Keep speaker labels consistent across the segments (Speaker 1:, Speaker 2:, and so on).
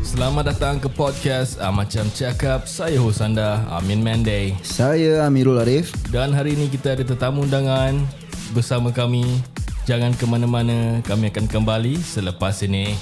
Speaker 1: Selamat datang ke podcast ah, Macam Cakap Saya hos anda Amin Menday
Speaker 2: Saya Amirul Arif
Speaker 1: Dan hari ini kita ada tetamu undangan Bersama kami Jangan ke mana-mana Kami akan kembali selepas ini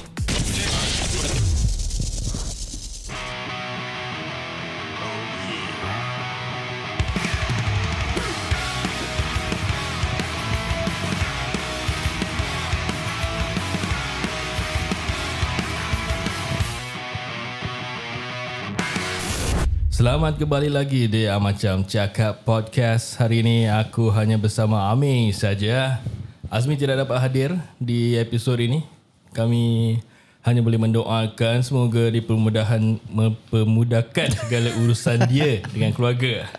Speaker 1: Selamat kembali lagi di ah, Macam Cakap Podcast Hari ini aku hanya bersama Ami saja Azmi tidak dapat hadir di episod ini Kami hanya boleh mendoakan Semoga dipermudahan Mempermudahkan segala urusan dia Dengan keluarga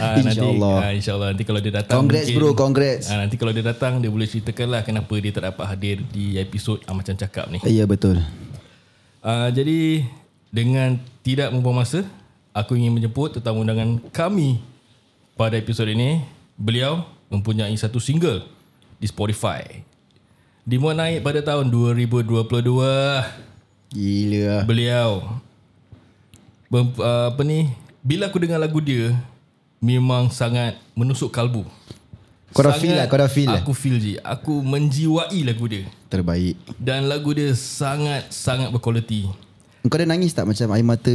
Speaker 1: Ah,
Speaker 2: InsyaAllah.
Speaker 1: nanti, ah, InsyaAllah Nanti kalau dia datang
Speaker 2: Congrats
Speaker 1: mungkin-
Speaker 2: bro, congrats.
Speaker 1: ah, Nanti kalau dia datang Dia boleh ceritakan lah Kenapa dia tak dapat hadir Di episod ah, Macam Cakap ni
Speaker 2: Ya betul
Speaker 1: Uh, jadi dengan tidak membuang masa, aku ingin menjemput tetamu undangan kami pada episod ini. Beliau mempunyai satu single di Spotify. Dimuat naik pada tahun 2022.
Speaker 2: Gila
Speaker 1: Beliau mem, uh, apa ni? Bila aku dengar lagu dia, memang sangat menusuk kalbu.
Speaker 2: Kau dah feel lah, kau dah feel lah.
Speaker 1: Aku feel je. Aku menjiwai lagu dia.
Speaker 2: Terbaik
Speaker 1: Dan lagu dia sangat-sangat berkualiti.
Speaker 2: Kau dah nangis tak macam air mata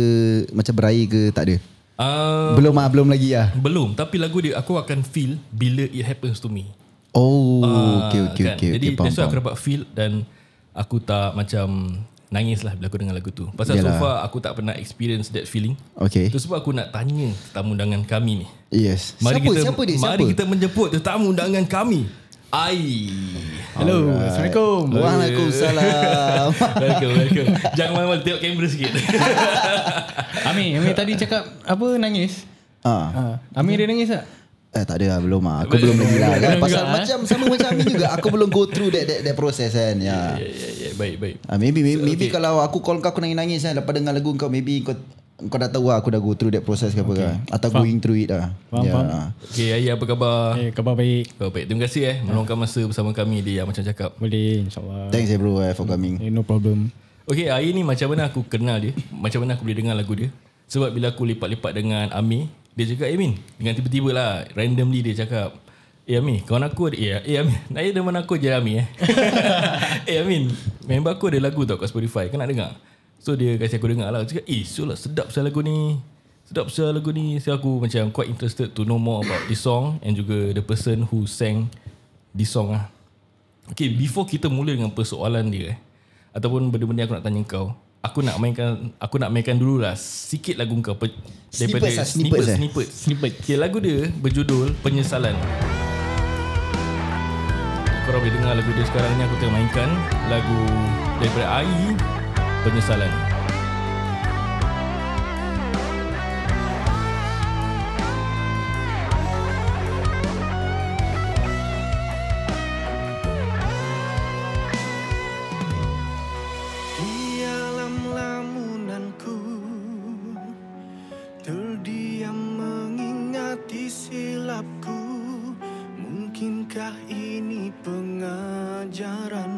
Speaker 2: Macam berair ke tak ada
Speaker 1: Uh,
Speaker 2: Belum ah belum lagi ah.
Speaker 1: Belum, tapi lagu dia aku akan feel bila it happens to me.
Speaker 2: Oh
Speaker 1: Ah,
Speaker 2: Okay okay okay,
Speaker 1: Jadi
Speaker 2: okay faham,
Speaker 1: that's why
Speaker 2: faham.
Speaker 1: aku dapat feel dan aku tak macam nangis lah bila aku dengar lagu tu. Pasal so
Speaker 2: Yalah.
Speaker 1: far aku tak pernah experience that feeling.
Speaker 2: Okay
Speaker 1: Itu sebab aku nak tanya tetamu undangan kami ni.
Speaker 2: Yes
Speaker 1: Mari
Speaker 2: Siapa
Speaker 1: kita
Speaker 2: siapa dia
Speaker 1: mari
Speaker 2: siapa
Speaker 1: kita menjemput tetamu undangan kami. Ai.
Speaker 2: Ah.
Speaker 3: Hello, Alright. Assalamualaikum.
Speaker 2: Waalaikumsalam
Speaker 1: welcome, welcome. Jangan main-main tengok kamera sikit.
Speaker 3: Amir, Amir tadi cakap apa nangis?
Speaker 2: ah.
Speaker 3: Ha, Amir dia nangis tak?
Speaker 2: Eh, tak ada lah, belum lah. Aku belum lagi lah. Kan?
Speaker 3: Belum
Speaker 2: Pasal
Speaker 1: ah.
Speaker 3: juga, eh?
Speaker 2: macam sama macam ni juga. Aku belum go through that, that, that process kan. Ya. Yeah.
Speaker 1: ya, ya, ya, baik, baik.
Speaker 2: Ah, maybe maybe, maybe okay. kalau aku call kau aku nangis-nangis kan lepas dengar lagu kau maybe kau kau dah tahu lah aku dah go through that process ke apa kan atau going through it lah.
Speaker 3: Faham,
Speaker 2: faham.
Speaker 1: Okey, Ayah apa khabar?
Speaker 3: Eh, khabar baik.
Speaker 1: Oh, baik, terima kasih eh meluangkan masa bersama kami di Yang Macam Cakap.
Speaker 3: Boleh, insyaAllah.
Speaker 2: Thanks eh bro eh, for coming.
Speaker 3: Eh, no problem.
Speaker 1: Okay, hari ni macam mana aku kenal dia? Macam mana aku boleh dengar lagu dia? Sebab bila aku lipat-lipat dengan Amir, dia cakap, eh Min, dengan tiba-tiba lah, randomly dia cakap, eh Amir, kawan aku ada, eh, eh Amir, naya dengan mana aku je Amir eh. eh Amin, member aku ada lagu tau kat Spotify, kau nak dengar? So dia kasi aku dengar lah, aku cakap, eh so lah sedap saya lagu ni. Sedap saya lagu ni. So aku macam quite interested to know more about this song and juga the person who sang this song lah. Okay, before kita mula dengan persoalan dia eh, ataupun benda-benda yang aku nak tanya kau, aku nak mainkan aku nak mainkan dululah sikit lagu kau pe, daripada
Speaker 2: Snippets lah,
Speaker 1: snippet
Speaker 2: snippets eh.
Speaker 1: snippet.
Speaker 3: Snippet.
Speaker 1: Okay, lagu dia berjudul Penyesalan. Korang boleh dengar lagu dia sekarang ni aku tengah mainkan lagu daripada AI Penyesalan.
Speaker 4: Di alam lamunanku Terdiam mengingati silapku Mungkinkah ini pengajaran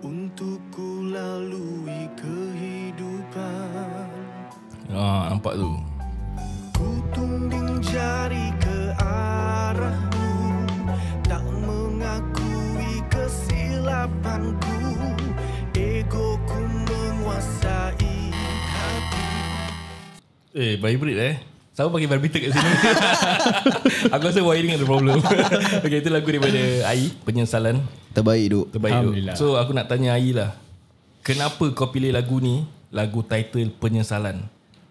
Speaker 4: Untukku lalui kehidupan
Speaker 1: Ah, nampak tu.
Speaker 4: Ku tunding jari ke arahmu Tak mengakui kesilapanku Egoku menguasai hati
Speaker 1: Eh, vibrate eh. Siapa pakai vibrator kat sini? aku rasa wiring ada problem. okay, itu lagu daripada AI Penyesalan.
Speaker 2: Terbaik duk.
Speaker 1: Terbaik
Speaker 3: Alhamdulillah.
Speaker 1: tu. So aku nak tanya Ai lah. Kenapa kau pilih lagu ni? Lagu title Penyesalan.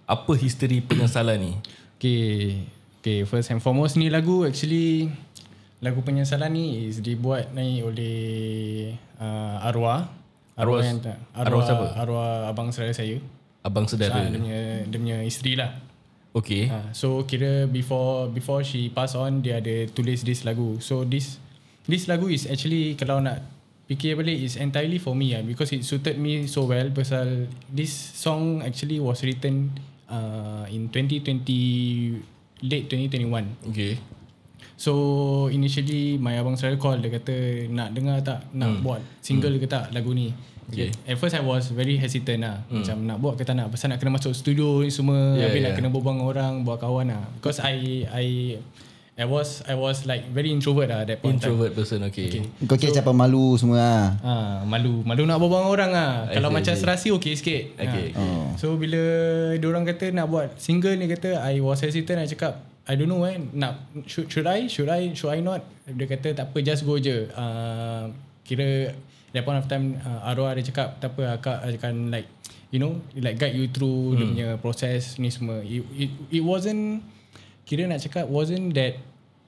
Speaker 1: Apa history penyesalan ni?
Speaker 3: Okay. Okay, first and foremost ni lagu actually lagu penyesalan ni is dibuat ni oleh uh, arwah.
Speaker 1: Arwah-
Speaker 3: yang tak- arwah,
Speaker 1: arwah siapa?
Speaker 3: Arwah abang saudara saya.
Speaker 1: Abang
Speaker 3: Ah,
Speaker 1: sedara.
Speaker 3: dia punya dia punya isteri lah.
Speaker 1: Okay.
Speaker 3: Ha, so kira before before she pass on dia ada tulis this lagu. So this this lagu is actually kalau nak fikir balik is entirely for me lah because it suited me so well pasal this song actually was written uh, in 2020 late 2021.
Speaker 1: Okay.
Speaker 3: So initially my abang saudara call dia kata nak dengar tak nak hmm. buat single hmm. ke tak lagu ni.
Speaker 1: Okay.
Speaker 3: Okay. At first I was very hesitant lah hmm. Macam nak buat ke tak nak Pasal nak kena masuk studio ni semua
Speaker 1: Yeah,
Speaker 3: yeah, Habis yeah. nak
Speaker 1: yeah.
Speaker 3: kena berbual dengan orang Buat kawan lah Because I I I was I was like very introvert lah at that point of time.
Speaker 1: Introvert person okay. okay.
Speaker 2: Kau kira siapa malu semua lah.
Speaker 3: Ah, malu. Malu nak berbual dengan orang ah.
Speaker 1: I
Speaker 3: Kalau
Speaker 1: see,
Speaker 3: macam
Speaker 1: I see.
Speaker 3: serasi okey sikit.
Speaker 1: Okay,
Speaker 3: Ah. So bila orang kata nak buat single ni kata I was hesitant I cakap I don't know eh nak should, should I should I should I not dia kata tak apa just go je. Uh, kira that point of time uh, Arwah dia cakap tak apa akak akan like you know like guide you through hmm. dia punya proses ni semua. It, it, it wasn't kira nak cakap wasn't that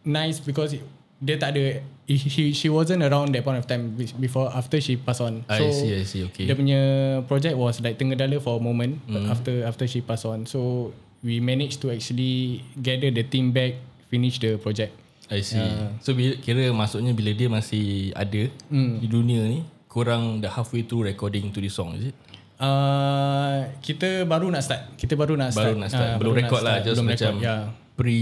Speaker 3: nice because it, dia tak ada he, she wasn't around that point of time be- before after she pass on
Speaker 1: I see, I see, okay. Mm-hmm.
Speaker 3: dia punya project was like Tenggedala for a moment mm. after after she pass on so we managed to actually gather the team back finish the project
Speaker 1: I see.
Speaker 3: Ah.
Speaker 1: Yeah. So bila, kira maksudnya bila dia masih ada
Speaker 3: Hmm.
Speaker 1: mm. di dunia ni, korang dah halfway through recording to the song is it?
Speaker 3: uh, kita baru nak start kita baru nak start
Speaker 1: Baru nak start.
Speaker 3: Ah,
Speaker 1: belum
Speaker 3: baru nak
Speaker 1: record lah
Speaker 3: start.
Speaker 1: just
Speaker 3: Belum
Speaker 1: macam
Speaker 3: record, ya. yeah.
Speaker 1: pre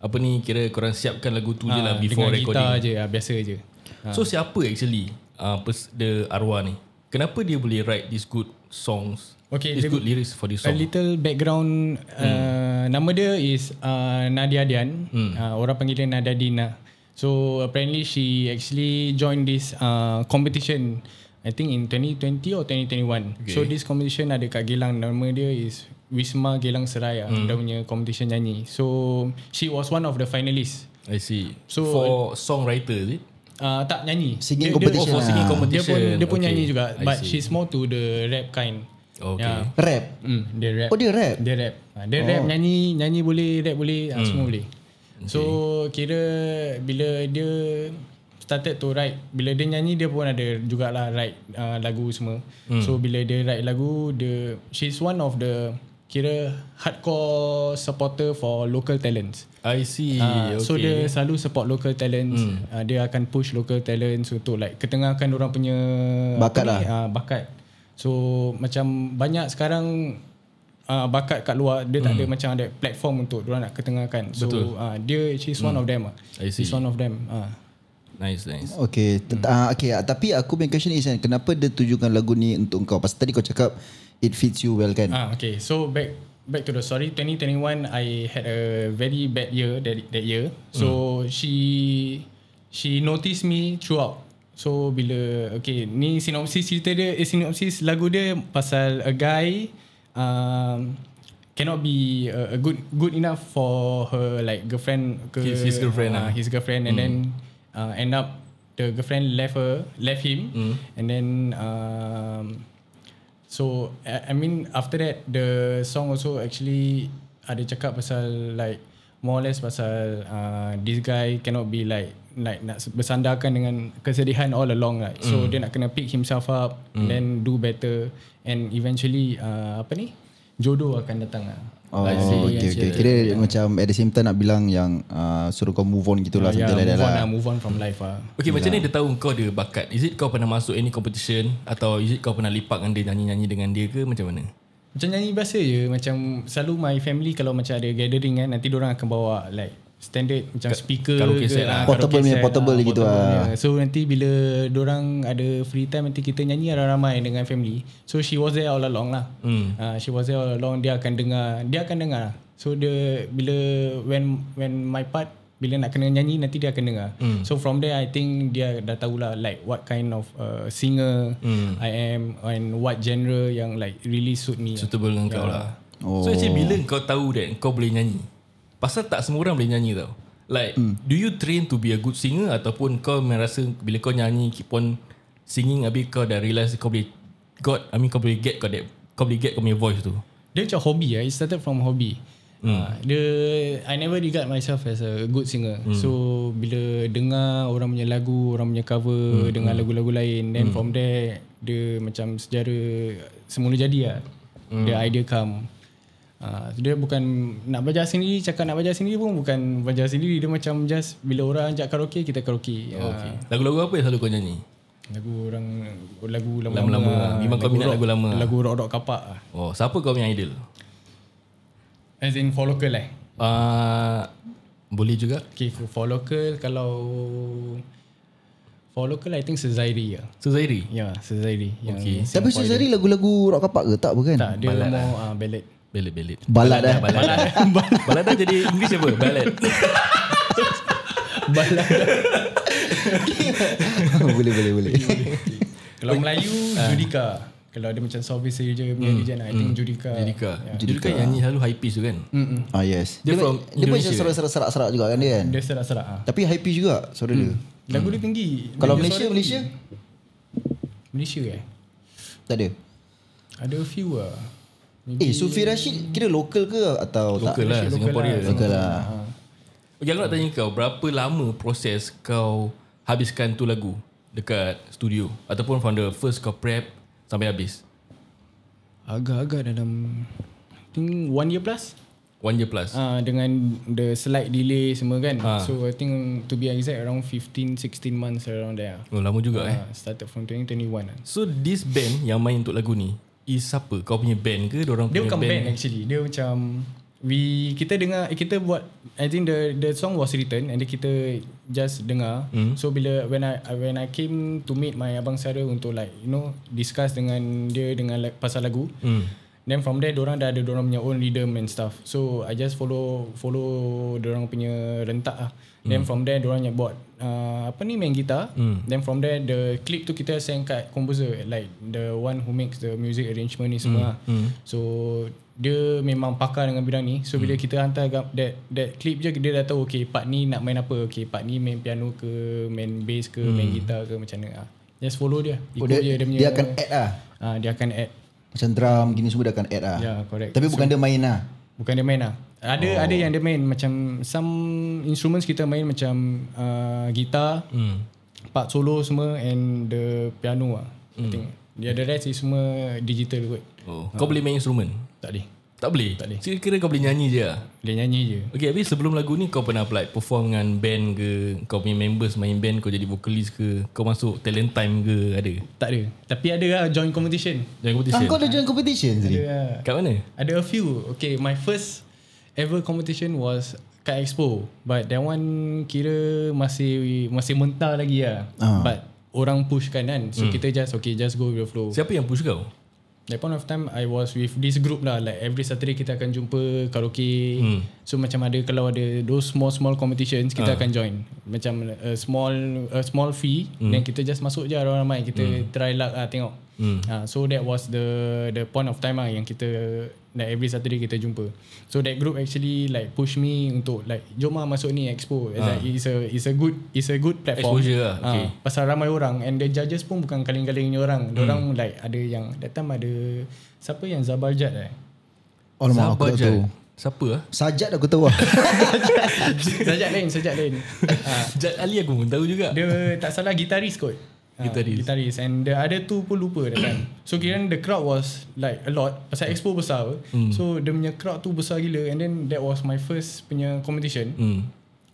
Speaker 1: apa ni kira korang siapkan lagu tu je
Speaker 3: Ah,
Speaker 1: lah before
Speaker 3: dengan
Speaker 1: recording.
Speaker 3: gitar je ah, biasa je
Speaker 1: So siapa actually uh, pers- the arwah ni? Kenapa dia boleh write these good songs?
Speaker 3: Okay,
Speaker 1: these
Speaker 3: dia-
Speaker 1: good lyrics for this
Speaker 3: A
Speaker 1: song.
Speaker 3: little background uh,
Speaker 1: Hmm.
Speaker 3: Nama dia is uh, Nadia Dian hmm. uh, Orang panggil dia Nadia Dina So apparently she actually joined this uh, competition I think in 2020 or 2021 okay. So this competition ada kat Gelang Nama dia is Wisma Gelang Seraya hmm. Dia punya competition nyanyi So she was one of the finalists
Speaker 1: I see. So
Speaker 3: So-
Speaker 1: for songwriter is it?
Speaker 3: Uh, tak nyanyi
Speaker 2: Singing
Speaker 3: Dia- dia-
Speaker 2: competition
Speaker 1: Oh, for singing
Speaker 2: lah.
Speaker 3: Dia
Speaker 1: competition
Speaker 3: pun, dia pun
Speaker 1: Okay,
Speaker 3: nyanyi juga
Speaker 1: I
Speaker 3: But
Speaker 1: see.
Speaker 3: she's more to the rap kind
Speaker 1: Okay.
Speaker 3: Yeah.
Speaker 2: Rap.
Speaker 3: Mm, dia rap.
Speaker 2: Oh, dia rap?
Speaker 3: Dia rap. Ha, dia oh. rap nyanyi, nyanyi boleh, rap boleh, mm. semua boleh. So kira bila dia started to write, bila dia nyanyi dia pun ada jugalah write uh, lagu semua. Mm. So bila dia write lagu, dia she's one of the kira hardcore supporter for local talents.
Speaker 1: I see.
Speaker 3: Ah,
Speaker 1: okay.
Speaker 3: So dia selalu support local talents. Hmm. Uh, dia akan push local talents untuk like ketengahkan orang punya
Speaker 2: Bakat
Speaker 3: apa ni,
Speaker 1: lah.
Speaker 3: Uh, bakat. So macam banyak sekarang uh, bakat kat luar dia tak ada macam ada platform untuk orang nak ketengahkan. So
Speaker 1: Hmm. Betul. Hmm.
Speaker 3: Uh, dia she's one of them. ah.
Speaker 1: I see.
Speaker 3: She's one of them. Uh.
Speaker 1: nice nice.
Speaker 2: Okay, hmm. uh, okay. ah, Tapi aku punya question is kan, kenapa dia tujukan lagu ni untuk kau? Pasal tadi kau cakap it fits you well kan?
Speaker 3: Ah, okay. So back back to the story. 2021, I had a very bad year that that year. So
Speaker 1: Hmm.
Speaker 3: she she noticed me throughout. So bila okay ni sinopsis cerita dia eh, sinopsis lagu dia pasal a guy um, cannot be a, a good good enough for her like girlfriend ke
Speaker 1: His- his girlfriend
Speaker 3: ah,
Speaker 1: lah.
Speaker 3: his girlfriend
Speaker 2: Hmm.
Speaker 3: and then uh, end up the girlfriend left her left him
Speaker 2: Hmm.
Speaker 3: and then um, so I, I mean after that the song also actually ada cakap pasal like more or less pasal uh, this guy cannot be like like nak bersandarkan dengan kesedihan all along like so
Speaker 2: Hmm.
Speaker 3: dia nak kena pick himself up mm. then do better and eventually uh, apa ni jodoh akan datang lah.
Speaker 2: Oh, okay, okay. Kira yeah. macam at the same time nak bilang yang uh, suruh kau move on gitulah,
Speaker 3: yeah,
Speaker 2: something like that
Speaker 3: move on
Speaker 2: lah.
Speaker 3: lah move on from life lah.
Speaker 1: Okay, macam ni dia tahu kau ada bakat. Is it kau pernah masuk any competition atau is it kau pernah lipat dengan dia nyanyi-nyanyi dengan dia ke macam mana?
Speaker 3: Macam nyanyi biasa je Macam selalu my family Kalau macam ada gathering kan Nanti orang akan bawa like Standard macam speaker
Speaker 1: karaoke
Speaker 3: ke,
Speaker 1: set lah.
Speaker 3: ah,
Speaker 2: Portable
Speaker 3: karaoke
Speaker 2: punya,
Speaker 3: set,
Speaker 2: portable
Speaker 3: ah,
Speaker 2: gitu
Speaker 3: portable
Speaker 2: lah.
Speaker 3: punya. So nanti bila orang ada free time Nanti kita nyanyi ramai-ramai dengan family So she was there all along lah mm. uh, She was there all along Dia akan dengar Dia akan dengar lah. So dia bila When when my part bila nak kena nyanyi nanti dia akan dengar. Mm. So from there I think dia dah tahulah like what kind of uh, singer mm. I am and what genre yang like really suit me. lah.
Speaker 1: Suitable dengan kau lah. Oh. So actually bila kau tahu that kau boleh nyanyi. Pasal tak semua orang boleh nyanyi tau. Like mm. do you train to be a good singer ataupun kau merasa bila kau nyanyi keep on singing habis kau dah realise kau boleh got I mean kau boleh get kau that kau boleh get kau punya voice tu.
Speaker 3: Dia macam hobby lah. It started from hobby. Hmm. Dia I never regard myself as a good singer. Hmm. So bila dengar orang punya lagu, orang punya cover, hmm. dengar lagu-lagu lain, then hmm. from there dia macam sejarah semula jadi lah. Hmm. The idea come. Uh, dia bukan nak belajar sendiri cakap nak belajar sendiri pun bukan belajar sendiri dia macam just bila orang ajak karaoke kita karaoke oh.
Speaker 1: Okay. Lagu-lagu apa yang selalu kau nyanyi?
Speaker 3: lagu orang lagu lama-lama
Speaker 1: Lama-lama.
Speaker 3: lah.
Speaker 1: Memang kau minat lagu lama.
Speaker 3: lagu rock-rock kapak lah.
Speaker 1: Oh, siapa kau punya idol?
Speaker 3: as in for local eh
Speaker 1: Uh, Boleh juga
Speaker 3: Okay, for, for local kalau for local I think Sezairi ya.
Speaker 1: So Zairi
Speaker 3: Ya, yeah, Sezairi. Yang
Speaker 1: Okay.
Speaker 2: Tapi Suzari lagu-lagu rock kapak ke? Tak bukan?
Speaker 3: tak dia balad more
Speaker 2: lah.
Speaker 3: ah ballad.
Speaker 1: Belit-belit
Speaker 2: Balad eh? dah.
Speaker 1: Balad dah. Balad dah jadi English apa? Balad
Speaker 3: balad.
Speaker 2: boleh, boleh, boleh.
Speaker 3: kalau Melayu Judika. Ah. Kalau ada macam Sobi Seja punya
Speaker 2: Hmm,
Speaker 3: mm. I think Judika.
Speaker 1: Judika Judika yang nyanyi selalu high pitch tu kan
Speaker 2: ah, yes.
Speaker 1: Dia from
Speaker 2: dia pun
Speaker 1: Indonesia.
Speaker 2: serak-serak serak-serak juga kan dia kan?
Speaker 3: Dia serak-serak ah.
Speaker 2: Tapi high pitch juga suara dia.
Speaker 3: Lagu dia tinggi.
Speaker 2: Hmm. Kalau
Speaker 3: Dia
Speaker 2: Malaysia,
Speaker 3: suara-
Speaker 2: Malaysia?
Speaker 3: Malaysia eh.
Speaker 2: Tak ada.
Speaker 3: Ada few ah.
Speaker 2: Eh,
Speaker 3: Maybe
Speaker 2: Sufi Rashid kira lokal ke atau
Speaker 1: Local
Speaker 2: tak?
Speaker 1: lah Singaporean
Speaker 2: Lokal lah.
Speaker 1: Okay aku nak tanya kau Berapa lama proses kau Habiskan tu lagu Dekat studio Ataupun from the first kau prep Sampai habis
Speaker 3: agak-agak dalam I think one year plus.
Speaker 1: One year plus
Speaker 3: Ah uh, dengan the slight delay semua kan.
Speaker 2: Ah.
Speaker 3: So I think to be exact around 15 16 months around there.
Speaker 1: Oh lama juga eh
Speaker 3: Uh, started from 2021. lah.
Speaker 1: So this band Yang main untuk lagu ni Is siapa? Kau punya band ke? Diorang
Speaker 3: Dia
Speaker 1: punya
Speaker 3: bukan band, actually. Dia macam we kita dengar eh, kita buat I think the the song was written and then kita just dengar. Mm. So bila when I I- when I came to meet my abang Sarah untuk like you know discuss dengan dia dengan like, pasal lagu. Mm. Then from there orang dah ada orang punya own rhythm and stuff. So I just follow follow orang punya rentak ah. Then from there orang yang buat uh, apa ni main gitar. Mm. Then from there the clip tu kita send kat composer like the one who makes the music arrangement ni semua. Mm. So dia memang pakar dengan bidang ni. So
Speaker 2: Hmm.
Speaker 3: bila kita hantar gam- that that clip je dia dah tahu okay part ni nak main apa. Okay part ni main piano ke, main bass ke, main gitar ke macam mana. ah. Just follow dia.
Speaker 2: Hmm. Oh,
Speaker 3: Ikut
Speaker 2: dia,
Speaker 3: je dia punya
Speaker 2: dia akan add lah.
Speaker 3: ah dia akan add.
Speaker 2: Macam drum, gini semua dia akan add lah.
Speaker 3: Ya, correct.
Speaker 2: Tapi bukan dia main lah.
Speaker 3: Bukan dia main lah. Ada oh. ada yang dia main macam some instruments kita main macam uh, gitar, mm.
Speaker 2: Hmm.
Speaker 3: part solo semua and the piano lah. Mm. I
Speaker 2: Hmm.
Speaker 3: think. The other rest is semua digital kot.
Speaker 1: Oh. Kau boleh main instrumen?
Speaker 3: Tak boleh.
Speaker 1: Tak boleh? Tak boleh Kira-kira kau boleh nyanyi je lah
Speaker 3: Boleh nyanyi je.
Speaker 1: Okay habis sebelum lagu ni Kau pernah like perform dengan band ke Kau punya members main band Kau jadi vokalis ke Kau masuk talent time ke Ada
Speaker 3: Tak ada. Tapi ada lah joint competition.
Speaker 1: Jangan
Speaker 2: Ah,
Speaker 1: competition
Speaker 2: kau ada join competition
Speaker 3: Ada
Speaker 2: sendiri?
Speaker 3: lah.
Speaker 1: Kat mana?
Speaker 3: Ada a few. Okay, my first ever competition was kat Expo. But that one kira masih masih mentah lagi lah.
Speaker 2: Ah.
Speaker 3: But orang pushkan kan. So kita just okay just go with the flow.
Speaker 1: Siapa yang push kau?
Speaker 3: That point of time I was with this group lah Like every Saturday kita akan jumpa karaoke hmm. Ah. So macam ada Kalau ada those small small competitions Kita akan join Macam a small a small fee hmm. Then kita just masuk je ramai-ramai Kita hmm. try luck lah tengok hmm. ha, So that was the the point of time lah Yang kita Like every Saturday kita jumpa So that group actually like push me Untuk like Jom lah masuk ni expo It's, like, it's a it's a good It's a good platform
Speaker 1: Exposure lah,
Speaker 3: Ah,
Speaker 1: okay.
Speaker 3: Pasal ramai orang And the judges pun Bukan kaling-kaling
Speaker 1: Hmm.
Speaker 3: ni orang Diorang like Ada yang That time ada Siapa yang Zabar Jad eh
Speaker 2: Alamak, Oh, aku tak
Speaker 1: Jad.
Speaker 2: tahu.
Speaker 1: Siapa lah?
Speaker 2: Sajat aku tahu lah.
Speaker 3: Sajak lain Sajak lain Ah,
Speaker 1: Jad Ali aku pun tahu juga
Speaker 3: Dia tak salah Gitaris kot Ah,
Speaker 1: Gitaris.
Speaker 3: Gitaris And the other two pun lupa that time So kira the crowd was Like a lot
Speaker 1: Hmm.
Speaker 3: Pasal expo besar apa So dia punya crowd tu besar gila And then that was my first Punya competition
Speaker 1: hmm.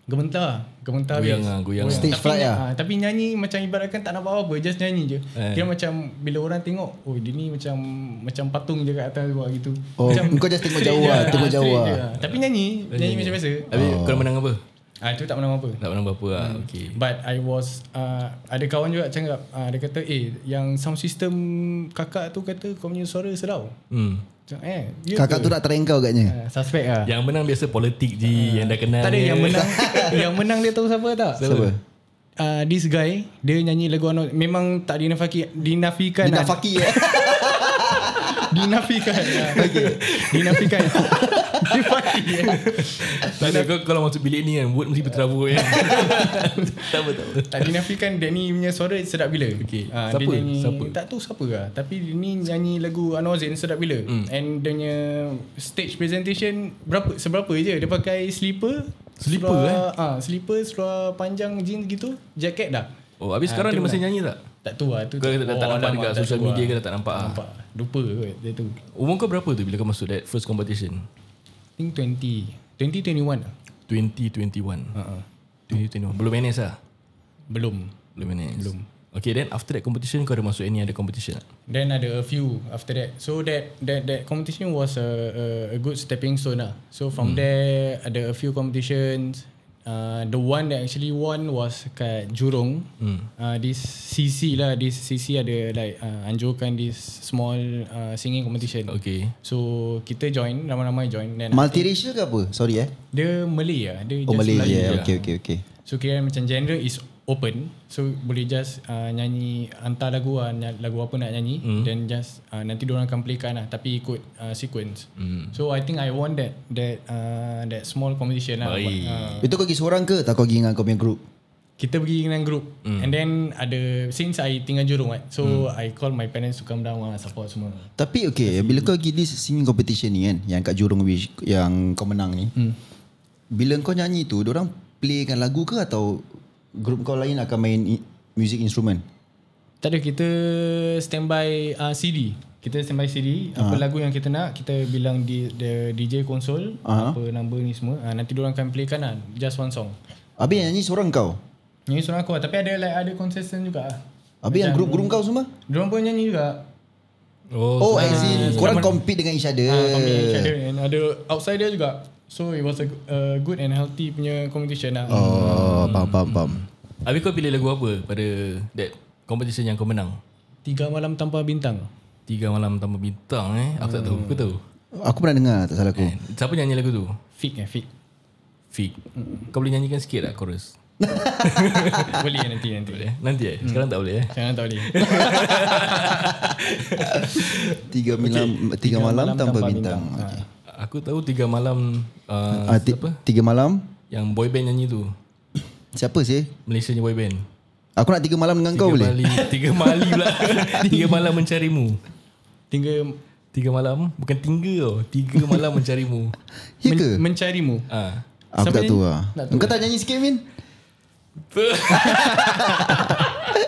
Speaker 3: Gementar Gementar
Speaker 1: Goyang
Speaker 3: habis.
Speaker 1: ah, goyang
Speaker 2: Stage
Speaker 3: tapi,
Speaker 2: fright lah. Eh.
Speaker 3: ah, Tapi nyanyi macam ibaratkan tak nampak apa-apa Just nyanyi je Kira macam Bila orang tengok Oh dia ni macam Macam patung je kat atas buat gitu
Speaker 2: Oh,
Speaker 3: macam,
Speaker 2: kau just tengok
Speaker 3: straight
Speaker 2: jauh
Speaker 3: je
Speaker 2: lah, tengok
Speaker 3: straight
Speaker 2: jauh
Speaker 3: je
Speaker 2: lah.
Speaker 3: Tapi nyanyi Nyanyi macam biasa
Speaker 1: Habis oh. kau menang apa?
Speaker 3: Ah Itu tak menang apa
Speaker 1: Tak menang apa lah
Speaker 3: Hmm.
Speaker 1: Okay
Speaker 3: But I was uh, Ada kawan juga cakap uh, Dia kata Eh yang sound system Kakak tu kata Kau punya suara serau
Speaker 1: hmm.
Speaker 3: Macam, eh, ya
Speaker 2: Kakak
Speaker 3: ke?
Speaker 2: tu Ya, nak try kau katnya.
Speaker 3: Ah, Suspect lah
Speaker 1: Yang menang biasa politik je Yang dah kenal
Speaker 3: Ah. Tak ada
Speaker 2: ya,
Speaker 1: je.
Speaker 3: yang menang Yang menang dia tahu siapa tak
Speaker 2: Siapa?
Speaker 3: uh, this guy dia nyanyi lagu Anwar memang tak dinafiki dinafikan
Speaker 2: Dia nak
Speaker 3: lah.
Speaker 2: fakir eh.
Speaker 3: dinafikan okay. dinafikan dinafiki ya.
Speaker 1: Tak ada kau kalau masuk bilik ni kan Wood mesti berterabur kan Tak apa tak apa
Speaker 3: tak dinafikan dia ni punya suara sedap gila
Speaker 1: Okay.
Speaker 3: Ah,
Speaker 1: Siapa?
Speaker 3: dia nyanyi,
Speaker 1: Siapa?
Speaker 3: tak tahu siapa lah tapi dia ni nyanyi lagu Anwar Zain sedap gila
Speaker 1: Hmm.
Speaker 3: and dia punya stage presentation berapa seberapa je dia pakai slipper
Speaker 1: Slipper, eh?
Speaker 3: seluar- ah slipper seluar panjang jeans gitu jaket dah
Speaker 1: Oh habis
Speaker 3: Ah,
Speaker 1: sekarang
Speaker 3: tu
Speaker 1: dia masih
Speaker 3: menang.
Speaker 1: nyanyi tak?
Speaker 3: tak tahu lah tu
Speaker 1: Kau tak, tak nampak
Speaker 3: alamak,
Speaker 1: dekat
Speaker 3: tak
Speaker 1: social
Speaker 3: tahu
Speaker 1: media
Speaker 3: lah.
Speaker 1: ke tak nampak ah.
Speaker 3: nampak lupa kot dia tu
Speaker 1: Umur kau berapa tu bila kau masuk that first competition?
Speaker 3: I think 20 2021 lah.
Speaker 1: 2021.
Speaker 3: Ha-ha.
Speaker 1: 2021. Belum NS lah.
Speaker 3: Belum
Speaker 1: Belum NS. Belum. Okay then after that competition kau ada masuk any other competition tak?
Speaker 3: Then ada a few after that So that that that competition was a, a, a good stepping stone lah So from there ada a few competitions uh, the one that actually won was kat Jurong. Mm. Uh, this CC lah, this CC ada like uh, anjurkan this small uh, singing competition.
Speaker 1: Okay.
Speaker 3: So kita join, ramai-ramai join. Then
Speaker 2: Multiracial ke apa? Sorry eh.
Speaker 3: dia Malay lah. Dia
Speaker 2: Oh
Speaker 3: just
Speaker 2: Malay.
Speaker 3: Melayu.
Speaker 2: Yeah, okay okay okay.
Speaker 3: So kira macam genre is open. So boleh just uh, nyanyi hantar lagu lah, ny- lagu apa nak nyanyi mm. then just uh, nanti diorang akan playkan lah tapi ikut uh, sequence. Mm. So I think I won that that uh, that small competition lah.
Speaker 1: Baik.
Speaker 3: Uh,
Speaker 2: Itu kau pergi seorang ke tak kau pergi dengan kau punya group?
Speaker 3: kita pergi dengan group mm. and then ada since I tinggal Jurong kan so mm. I call my parents to come down lah support semua
Speaker 2: Tapi okay, bila kau pergi this singing competition ni kan yang kat Jurong Wish yang kau menang ni. Hmm. Bila kau nyanyi tu, orang playkan lagu ke atau grup kau lain akan main i- music instrument?
Speaker 3: tak ada kita standby uh, CD kita standby CD uh.
Speaker 2: Ah.
Speaker 3: apa lagu yang kita nak kita bilang di the DJ konsol
Speaker 2: Ah.
Speaker 3: uh-huh. apa number ni semua uh, nanti orang akan playkan lah just one song
Speaker 2: Habis yang nyanyi seorang kau.
Speaker 3: nyanyi seorang aku lah tapi ada like ada consistent juga lah
Speaker 2: Habis yang grup-grup kau semua?
Speaker 3: Diorang pun nyanyi juga
Speaker 1: Oh,
Speaker 2: Oh, as in korang Ah, compete dengan each other.
Speaker 3: uh, each other and ada outsider juga so it was a uh, good and healthy punya competition lah
Speaker 2: Oh, faham, faham, faham.
Speaker 1: Habis kau pilih lagu apa pada that competition yang kau menang?
Speaker 3: Tiga malam tanpa bintang
Speaker 1: Tiga malam tanpa bintang eh. Aku tak tahu. Kau tahu?
Speaker 2: Aku pernah dengar, tak salah aku.
Speaker 1: Siapa nyanyi lagu tu?
Speaker 3: Fik eh fik
Speaker 1: Fik. Kau boleh nyanyikan sikit tak chorus?
Speaker 3: Boleh nanti nanti boleh.
Speaker 1: Nanti eh? Sekarang tak boleh eh?
Speaker 3: Jangan tak boleh
Speaker 2: Tiga, milam, tiga, malam, tanpa, bintang. Okay.
Speaker 1: Aku tahu tiga malam uh,
Speaker 2: Ah, ti- tiga malam,
Speaker 1: yang boy band nyanyi tu.
Speaker 2: siapa sih?
Speaker 1: Malaysia punya boy band.
Speaker 2: Aku nak tiga malam dengan
Speaker 1: tiga
Speaker 2: kau boleh?
Speaker 1: Mali, tiga mali pula. tiga malam mencarimu.
Speaker 3: Tiga
Speaker 1: Tiga malam? Bukan tiga tau. Tiga malam mencarimu.
Speaker 2: Ya ke?
Speaker 3: men- Mencarimu
Speaker 1: Ah.
Speaker 2: Aku
Speaker 3: Siapa
Speaker 2: tak
Speaker 3: ni?
Speaker 2: tahu lah.
Speaker 3: Tak tahu.
Speaker 2: Kau tak nyanyi sikit, Min?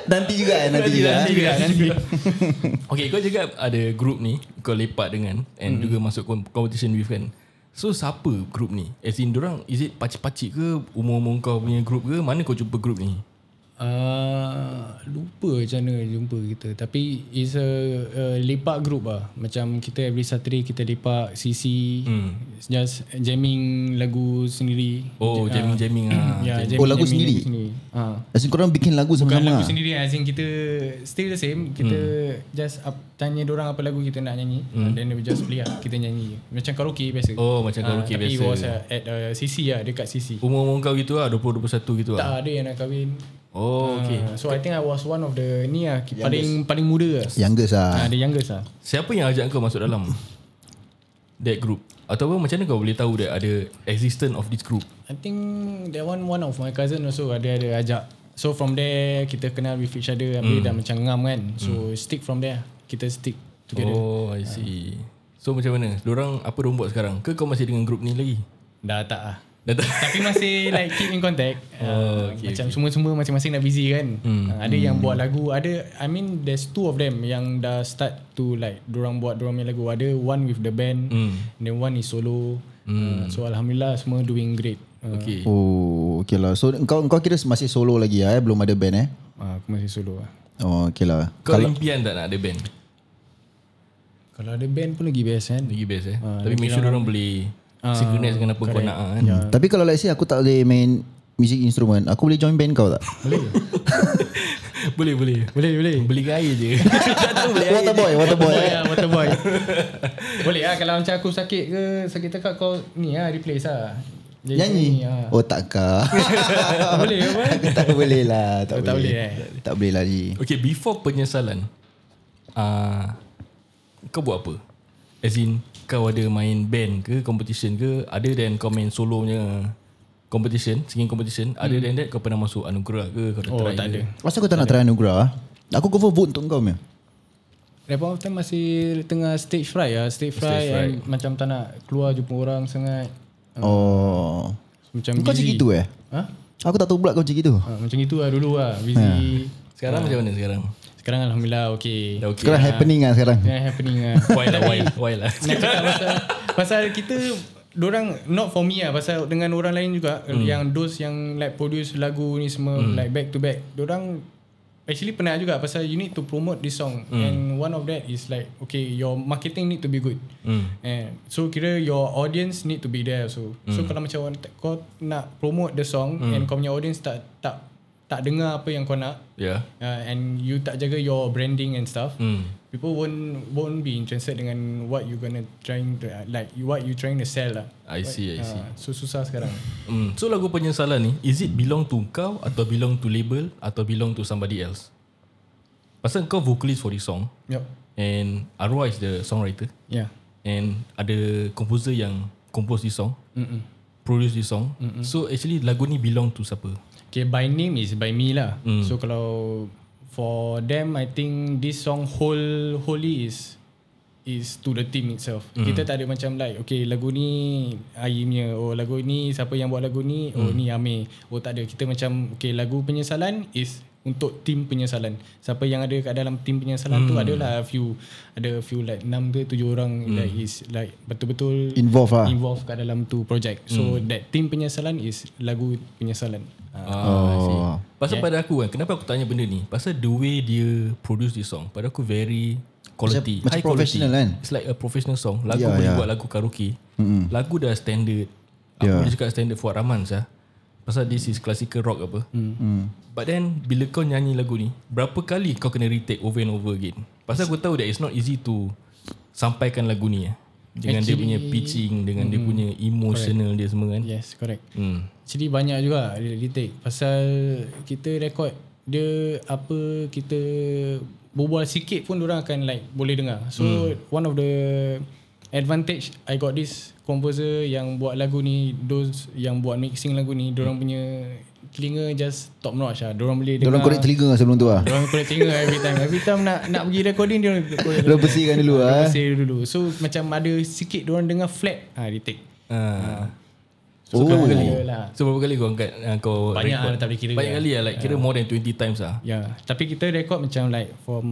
Speaker 2: nanti juga eh, nanti juga. eh.
Speaker 1: Nanti juga, nanti juga. okay, kau cakap ada group ni kau lepak dengan and mm. juga masuk kom- competition with kan. So siapa group ni? As in dorang is it pacik-pacik ke umur-umur kau punya group ke? Mana kau jumpa group ni?
Speaker 3: Uh, lupa macam mana jumpa kita Tapi It's a uh, Lepak group lah Macam kita every Saturday Kita lepak CC hmm. Just jamming Lagu sendiri ya,
Speaker 1: Oh, jamming-jamming ah.
Speaker 3: yeah,
Speaker 2: Oh, lagu sendiri?
Speaker 3: Ah.
Speaker 2: As in korang bikin lagu
Speaker 3: Bukan
Speaker 2: sama-sama
Speaker 3: lagu
Speaker 2: lah.
Speaker 3: sendiri As in kita Still the same Kita
Speaker 1: Hmm.
Speaker 3: Just up, Tanya orang apa lagu kita nak nyanyi hmm. Then we just play lah Kita nyanyi Macam karaoke biasa
Speaker 1: Oh, macam karaoke
Speaker 3: Ah, tapi
Speaker 1: biasa.
Speaker 3: Tapi was uh, at uh, CC lah Dekat CC
Speaker 1: Umur-umur kau gitu lah 20-21 gitu lah
Speaker 3: Tak ada yang nak kahwin
Speaker 1: Oh okay
Speaker 3: Ah, So I think I was one of the Ni lah ki- Paling paling muda lah
Speaker 2: Youngest lah.
Speaker 3: Ah, The youngest lah
Speaker 1: Siapa yang ajak kau masuk dalam That group Atau apa macam mana kau boleh tahu That ada existence of this group
Speaker 3: I think That one one of my cousin also Ada ada ajak So from there Kita kenal with each other Habis dah macam ngam kan So stick from there lah. Kita stick together oh.
Speaker 1: Oh I see So macam mana Diorang apa diorang buat sekarang Ke kau masih dengan group ni lagi
Speaker 3: Dah tak lah
Speaker 1: Dah tak
Speaker 3: Tapi masih like keep in contact oh, okay, Macam semua-semua masing-masing dah busy kan Ah, Ada yang buat lagu Ada I mean there's two of them Yang dah start to like Diorang buat diorang punya lagu Ada one with the band And then one is solo Ah, So Alhamdulillah semua doing great Ah,
Speaker 1: Okay
Speaker 2: Oh, okay lah. So, kau, kau kira masih solo lagi lah eh? Belum ada band eh?
Speaker 3: ah, Aku masih solo lah
Speaker 2: Oh, okay lah.
Speaker 1: Kau Kalau impian tak nak ada band
Speaker 3: Kalau ada band pun lagi best kan
Speaker 1: Lagi best eh Tapi make
Speaker 3: lah.
Speaker 1: sure diorang boleh
Speaker 3: Ah,
Speaker 1: Synchronize dengan apa kau nak ah,
Speaker 3: Ya.
Speaker 1: kan
Speaker 2: Hmm. Tapi kalau let's say aku tak boleh main music instrument, aku boleh join band kau tak?
Speaker 1: Boleh boleh
Speaker 3: Boleh boleh
Speaker 1: Beli air je
Speaker 2: water boy, water boy.
Speaker 3: Boleh lah Waterboy Boleh lah Kalau macam aku sakit ke Sakit tekak kau Ni lah replace lah Jadi
Speaker 2: Nyanyi?
Speaker 3: ni lah.
Speaker 2: Oh takkah?
Speaker 3: Boleh apa
Speaker 2: Aku tak boleh lah.
Speaker 3: Oh,
Speaker 2: Tak,
Speaker 3: tak
Speaker 2: boleh.
Speaker 3: boleh, eh?
Speaker 2: Tak boleh lah Ji.
Speaker 1: Okay before penyesalan uh, Kau buat apa? As in Kau ada main band ke Competition ke Other than kau main solo punya Competition Singing competition hmm. Other than that Kau pernah masuk anugerah ke Kau dah
Speaker 3: Oh
Speaker 1: try
Speaker 3: tak
Speaker 1: ke?
Speaker 3: ada
Speaker 2: Masa aku tak nak try anugerah? ah? Aku cover vote untuk kau punya.
Speaker 3: Rapper of Time masih tengah stage fright lah. Stage fright, stage fright. macam tak nak keluar jumpa orang sangat.
Speaker 2: Oh.
Speaker 3: Macam
Speaker 2: Kau macam
Speaker 3: busy.
Speaker 2: gitu eh?
Speaker 3: Ha?
Speaker 2: Aku tak tahu pula kau macam gitu.
Speaker 3: ha? Macam gitu lah dulu lah. Busy.
Speaker 1: Sekarang macam mana sekarang?
Speaker 3: Sekarang Alhamdulillah okay.
Speaker 1: Dah okay
Speaker 2: Sekarang happening lah sekarang.
Speaker 3: Yang happening lah.
Speaker 1: Why lah why, why lah
Speaker 3: nak cakap pasal, pasal kita Diorang not for me lah Pasal dengan orang lain juga Yang those yang like produce lagu ni semua Like back to back Diorang actually pernah juga pasal you need to promote this song mm. and one of that is like okay your marketing need to be good mm. and so kira your audience need to be there so mm. so kalau macam orang- kau nak promote the song mm. and kau punya audience tak tak tak dengar apa yang kau nak
Speaker 1: Yeah.
Speaker 3: uh, and you tak jaga your branding and stuff
Speaker 1: Hmm.
Speaker 3: people won't won't be interested dengan what you gonna trying to uh, like you- what you trying to sell lah
Speaker 1: I see, Ah, I see.
Speaker 3: uh, so susah sekarang
Speaker 1: Mm. So lagu penyesalan ni Is it belong to kau Atau belong to label Atau belong to somebody else Pasal kau vocalist for this song
Speaker 3: yep
Speaker 1: And Arwah is the songwriter
Speaker 3: yeah
Speaker 1: And ada composer yang Compose this song
Speaker 3: Mm-mm.
Speaker 1: Produce this song Mm-mm. So actually lagu ni belong to siapa
Speaker 3: Okay, by name is by me lah. Mm. So kalau for them, I think this song whole wholly is is to the team itself. Mm. Kita tak ada macam like, okay lagu ni Aimnya, oh lagu ni siapa yang buat lagu ni, oh ni Amir. Oh tak ada. Kita macam, okay lagu penyesalan is untuk tim penyesalan. Siapa yang ada kat dalam tim penyesalan mm. tu adalah few ada few like 6 ke 7 orang mm. like is like betul-betul
Speaker 2: Involved lah.
Speaker 3: involved kat dalam tu project. So that tim penyesalan is lagu penyesalan. Ah.
Speaker 1: Ah,
Speaker 2: Oh.
Speaker 1: I see. Pasal yeah. pada aku kan Kenapa aku tanya benda ni Pasal the way dia Produce this song Pada aku very Quality
Speaker 2: Macam- macam
Speaker 1: high
Speaker 2: professional
Speaker 1: quality.
Speaker 2: kan?
Speaker 1: It's like a professional song Lagu yeah,
Speaker 2: Yeah,
Speaker 1: boleh
Speaker 2: yeah.
Speaker 1: yeah. buat lagu karaoke mm-hmm. Lagu dah standard Aku yeah.
Speaker 2: Yeah.
Speaker 1: boleh cakap standard Fuad Rahman sah. Pasal this is classical rock apa mm. But then Bila kau nyanyi lagu ni Berapa kali kau kena retake Over and over again Pasal aku tahu that It's not easy to Sampaikan lagu ni eh. Dengan Actually, dia punya pitching Dengan mm, dia punya Emotional correct. dia semua kan yeah.
Speaker 3: Yes, correct.
Speaker 1: mm.
Speaker 3: Actually banyak juga dia retake pasal kita rekod dia apa kita berbual sikit pun orang akan like boleh dengar. So
Speaker 2: Hmm.
Speaker 3: mm. one of the advantage I got this composer yang buat lagu ni, those yang buat mixing lagu ni, orang punya telinga just top notch lah. Orang boleh dengar.
Speaker 2: Hmm. Diorang korek telinga sebelum tu lah
Speaker 3: Diorang korek telinga every time. Every time nak nak pergi recording dia korek.
Speaker 2: Diorang bersihkan dulu
Speaker 3: Dia
Speaker 2: lah eh.
Speaker 3: Bersih dulu. So macam ada sikit orang dengar flat, ah retake.
Speaker 1: uh.
Speaker 3: So
Speaker 2: Oh.
Speaker 3: oh. lah.
Speaker 1: So berapa kali kau angkat uh, kau
Speaker 3: Banyak
Speaker 1: record?
Speaker 3: lah, tak boleh kira. Ah.
Speaker 1: Banyak kali lah like kira more than 20 times lah.
Speaker 3: Ya, tapi kita record macam like from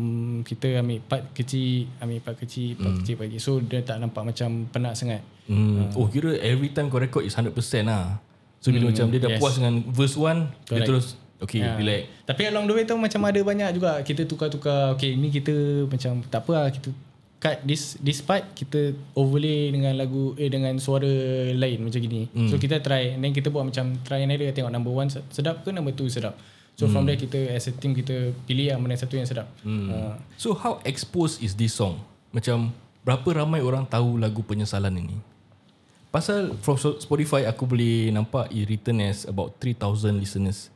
Speaker 3: kita ambil part kecil, ambil part kecil, part mm. kecil, part kecil. So dia tak nampak macam penat sangat.
Speaker 1: Hmm.
Speaker 3: Ah.
Speaker 1: Oh kira every time kau record is 100% lah. So bila macam dia dah
Speaker 3: Hmm. yes.
Speaker 1: puas dengan verse 1 dia
Speaker 3: Correct.
Speaker 1: terus okay
Speaker 3: Ya.
Speaker 1: relax.
Speaker 3: Tapi along the way tu macam ada banyak juga kita tukar-tukar. Okay, ni kita macam tak apa lah kita cut this this part kita overlay dengan lagu eh dengan suara lain macam gini. Mm. So kita try and then kita buat macam try and error tengok number one sedap ke number two sedap. So mm. from there kita as a team kita pilih yang mana satu yang sedap. Mm. Uh,
Speaker 1: So how exposed is this song? Macam berapa ramai orang tahu lagu penyesalan ini? Pasal from so- Spotify aku boleh nampak it written as about 3000 listeners.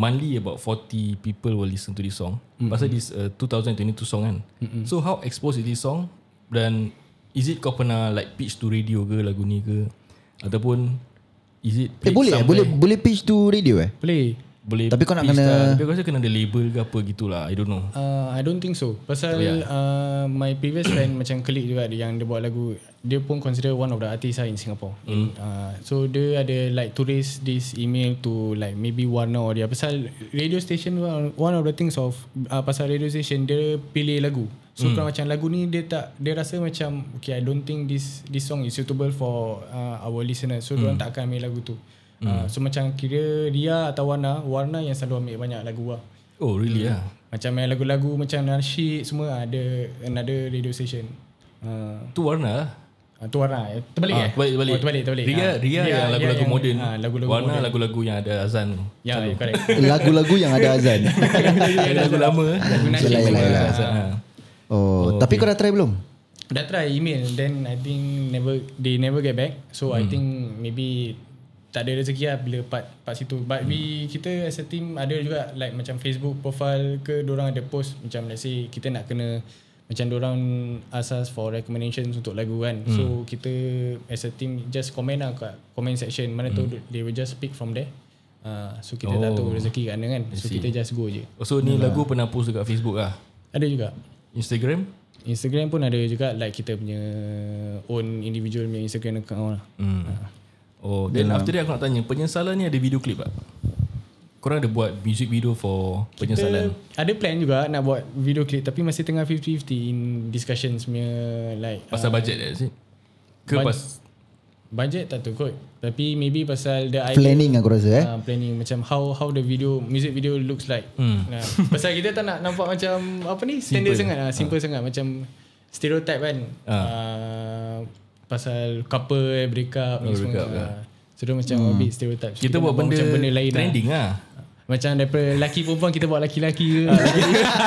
Speaker 1: Monthly about 40 people will listen to this song. Mm-hmm. Pasal this uh, 2022 song kan. Mm-hmm. So how exposed is this song? Dan is it kau pernah like pitch to radio ke lagu ni ke? Ataupun is it
Speaker 2: Eh
Speaker 1: played
Speaker 2: boleh eh?
Speaker 1: somewhere?
Speaker 2: boleh boleh pitch to radio eh
Speaker 3: play
Speaker 1: boleh
Speaker 2: Tapi kau nak
Speaker 1: pitch
Speaker 2: kena-
Speaker 1: lah. Tapi aku rasa kena ada label ke apa gitulah. I don't know.
Speaker 3: Uh, I don't think so.
Speaker 1: Oh,
Speaker 3: Pasal oh,
Speaker 1: yeah.
Speaker 3: yeah. uh, my previous friend macam colleague juga dia yang dia buat lagu, dia pun consider one of the artist lah in Singapore. Mm. Uh, so dia ada like to raise this email to like maybe Warner or dia pasal radio station one- one of the things of uh, pasal radio station dia pilih lagu. So mm. kalau macam lagu ni dia tak dia rasa macam okay I don't think this this song is suitable for uh, our listeners. So mm. diorang tak akan ambil lagu tu. Uh, so macam kira Ria atau Warna Warna yang selalu ambil banyak lagu lah
Speaker 1: Oh really lah.
Speaker 3: macam main lagu-lagu macam Nasyid semua ada another radio station. Uh,
Speaker 1: Tu warna lah.
Speaker 3: ah, tu warna. eh? Terbalik
Speaker 1: Ah,
Speaker 3: eh?
Speaker 1: terbalik, terbalik.
Speaker 3: Oh, terbalik, terbalik.
Speaker 1: Ria,
Speaker 3: Ah.
Speaker 1: Ria, yang lagu-lagu
Speaker 3: yang-
Speaker 1: moden.
Speaker 3: ah, lagu-lagu
Speaker 1: Warna
Speaker 3: moden.
Speaker 1: lagu-lagu yang ada azan tu.
Speaker 3: Ya, ya, correct.
Speaker 2: Lagu-lagu yang ada azan
Speaker 1: Ada lagu lama.
Speaker 3: Lagu Ah. Nasyid
Speaker 2: Yelah, yelah,
Speaker 3: semua.
Speaker 2: yelah.
Speaker 1: Azan, ha.
Speaker 2: Oh, tapi kau dah try belum?
Speaker 3: Dah try email then I think never they never get back. So I think maybe tak ada rezeki lah bila part, part situ. But we kita as a team ada juga like macam Facebook profile ke orang ada post macam let's say kita nak kena macam orang asas for recommendations untuk lagu kan. So kita as a team just comment lah kat comment section mana tu they will just pick from there. Uh, so kita oh. tak tahu rezeki kat mana kan. So kita just go je.
Speaker 1: Oh, So ni lagu pernah post dekat Facebook lah.
Speaker 3: Ada juga.
Speaker 1: Instagram.
Speaker 3: Instagram pun ada juga like kita punya own individual punya Instagram account lah.
Speaker 1: Hmm. Oh, then
Speaker 3: um,
Speaker 1: after that aku nak tanya, penyesalan ni ada video clip tak? Korang ada buat music video for penyesalan?
Speaker 3: Kita ada plan juga nak buat video clip tapi masih tengah 50-50 in discussions punya like
Speaker 1: Pasal budget eh, is it? Ke
Speaker 3: uh, Bud-
Speaker 1: pas
Speaker 3: Budget tak tahu kot. Tapi maybe pasal the idea
Speaker 2: Planning aku rasa eh.
Speaker 3: uh, planning macam how how the video music video looks like. Hmm. Nah, pasal kita tak nak nampak macam apa ni
Speaker 1: Simple.
Speaker 3: standard sangat lah, simple uh. sangat macam stereotype kan. Uh. Uh, pasal couple break up
Speaker 1: Oh,
Speaker 3: ni semua.
Speaker 1: break up,
Speaker 3: Up, uh. So dia macam hmm. a bit stereotype. So,
Speaker 1: Kita buat
Speaker 3: nak
Speaker 1: benda,
Speaker 3: macam benda lain
Speaker 1: trending
Speaker 3: Lah.
Speaker 1: lah.
Speaker 3: Macam daripada lelaki perempuan kita buat lelaki-lelaki ke.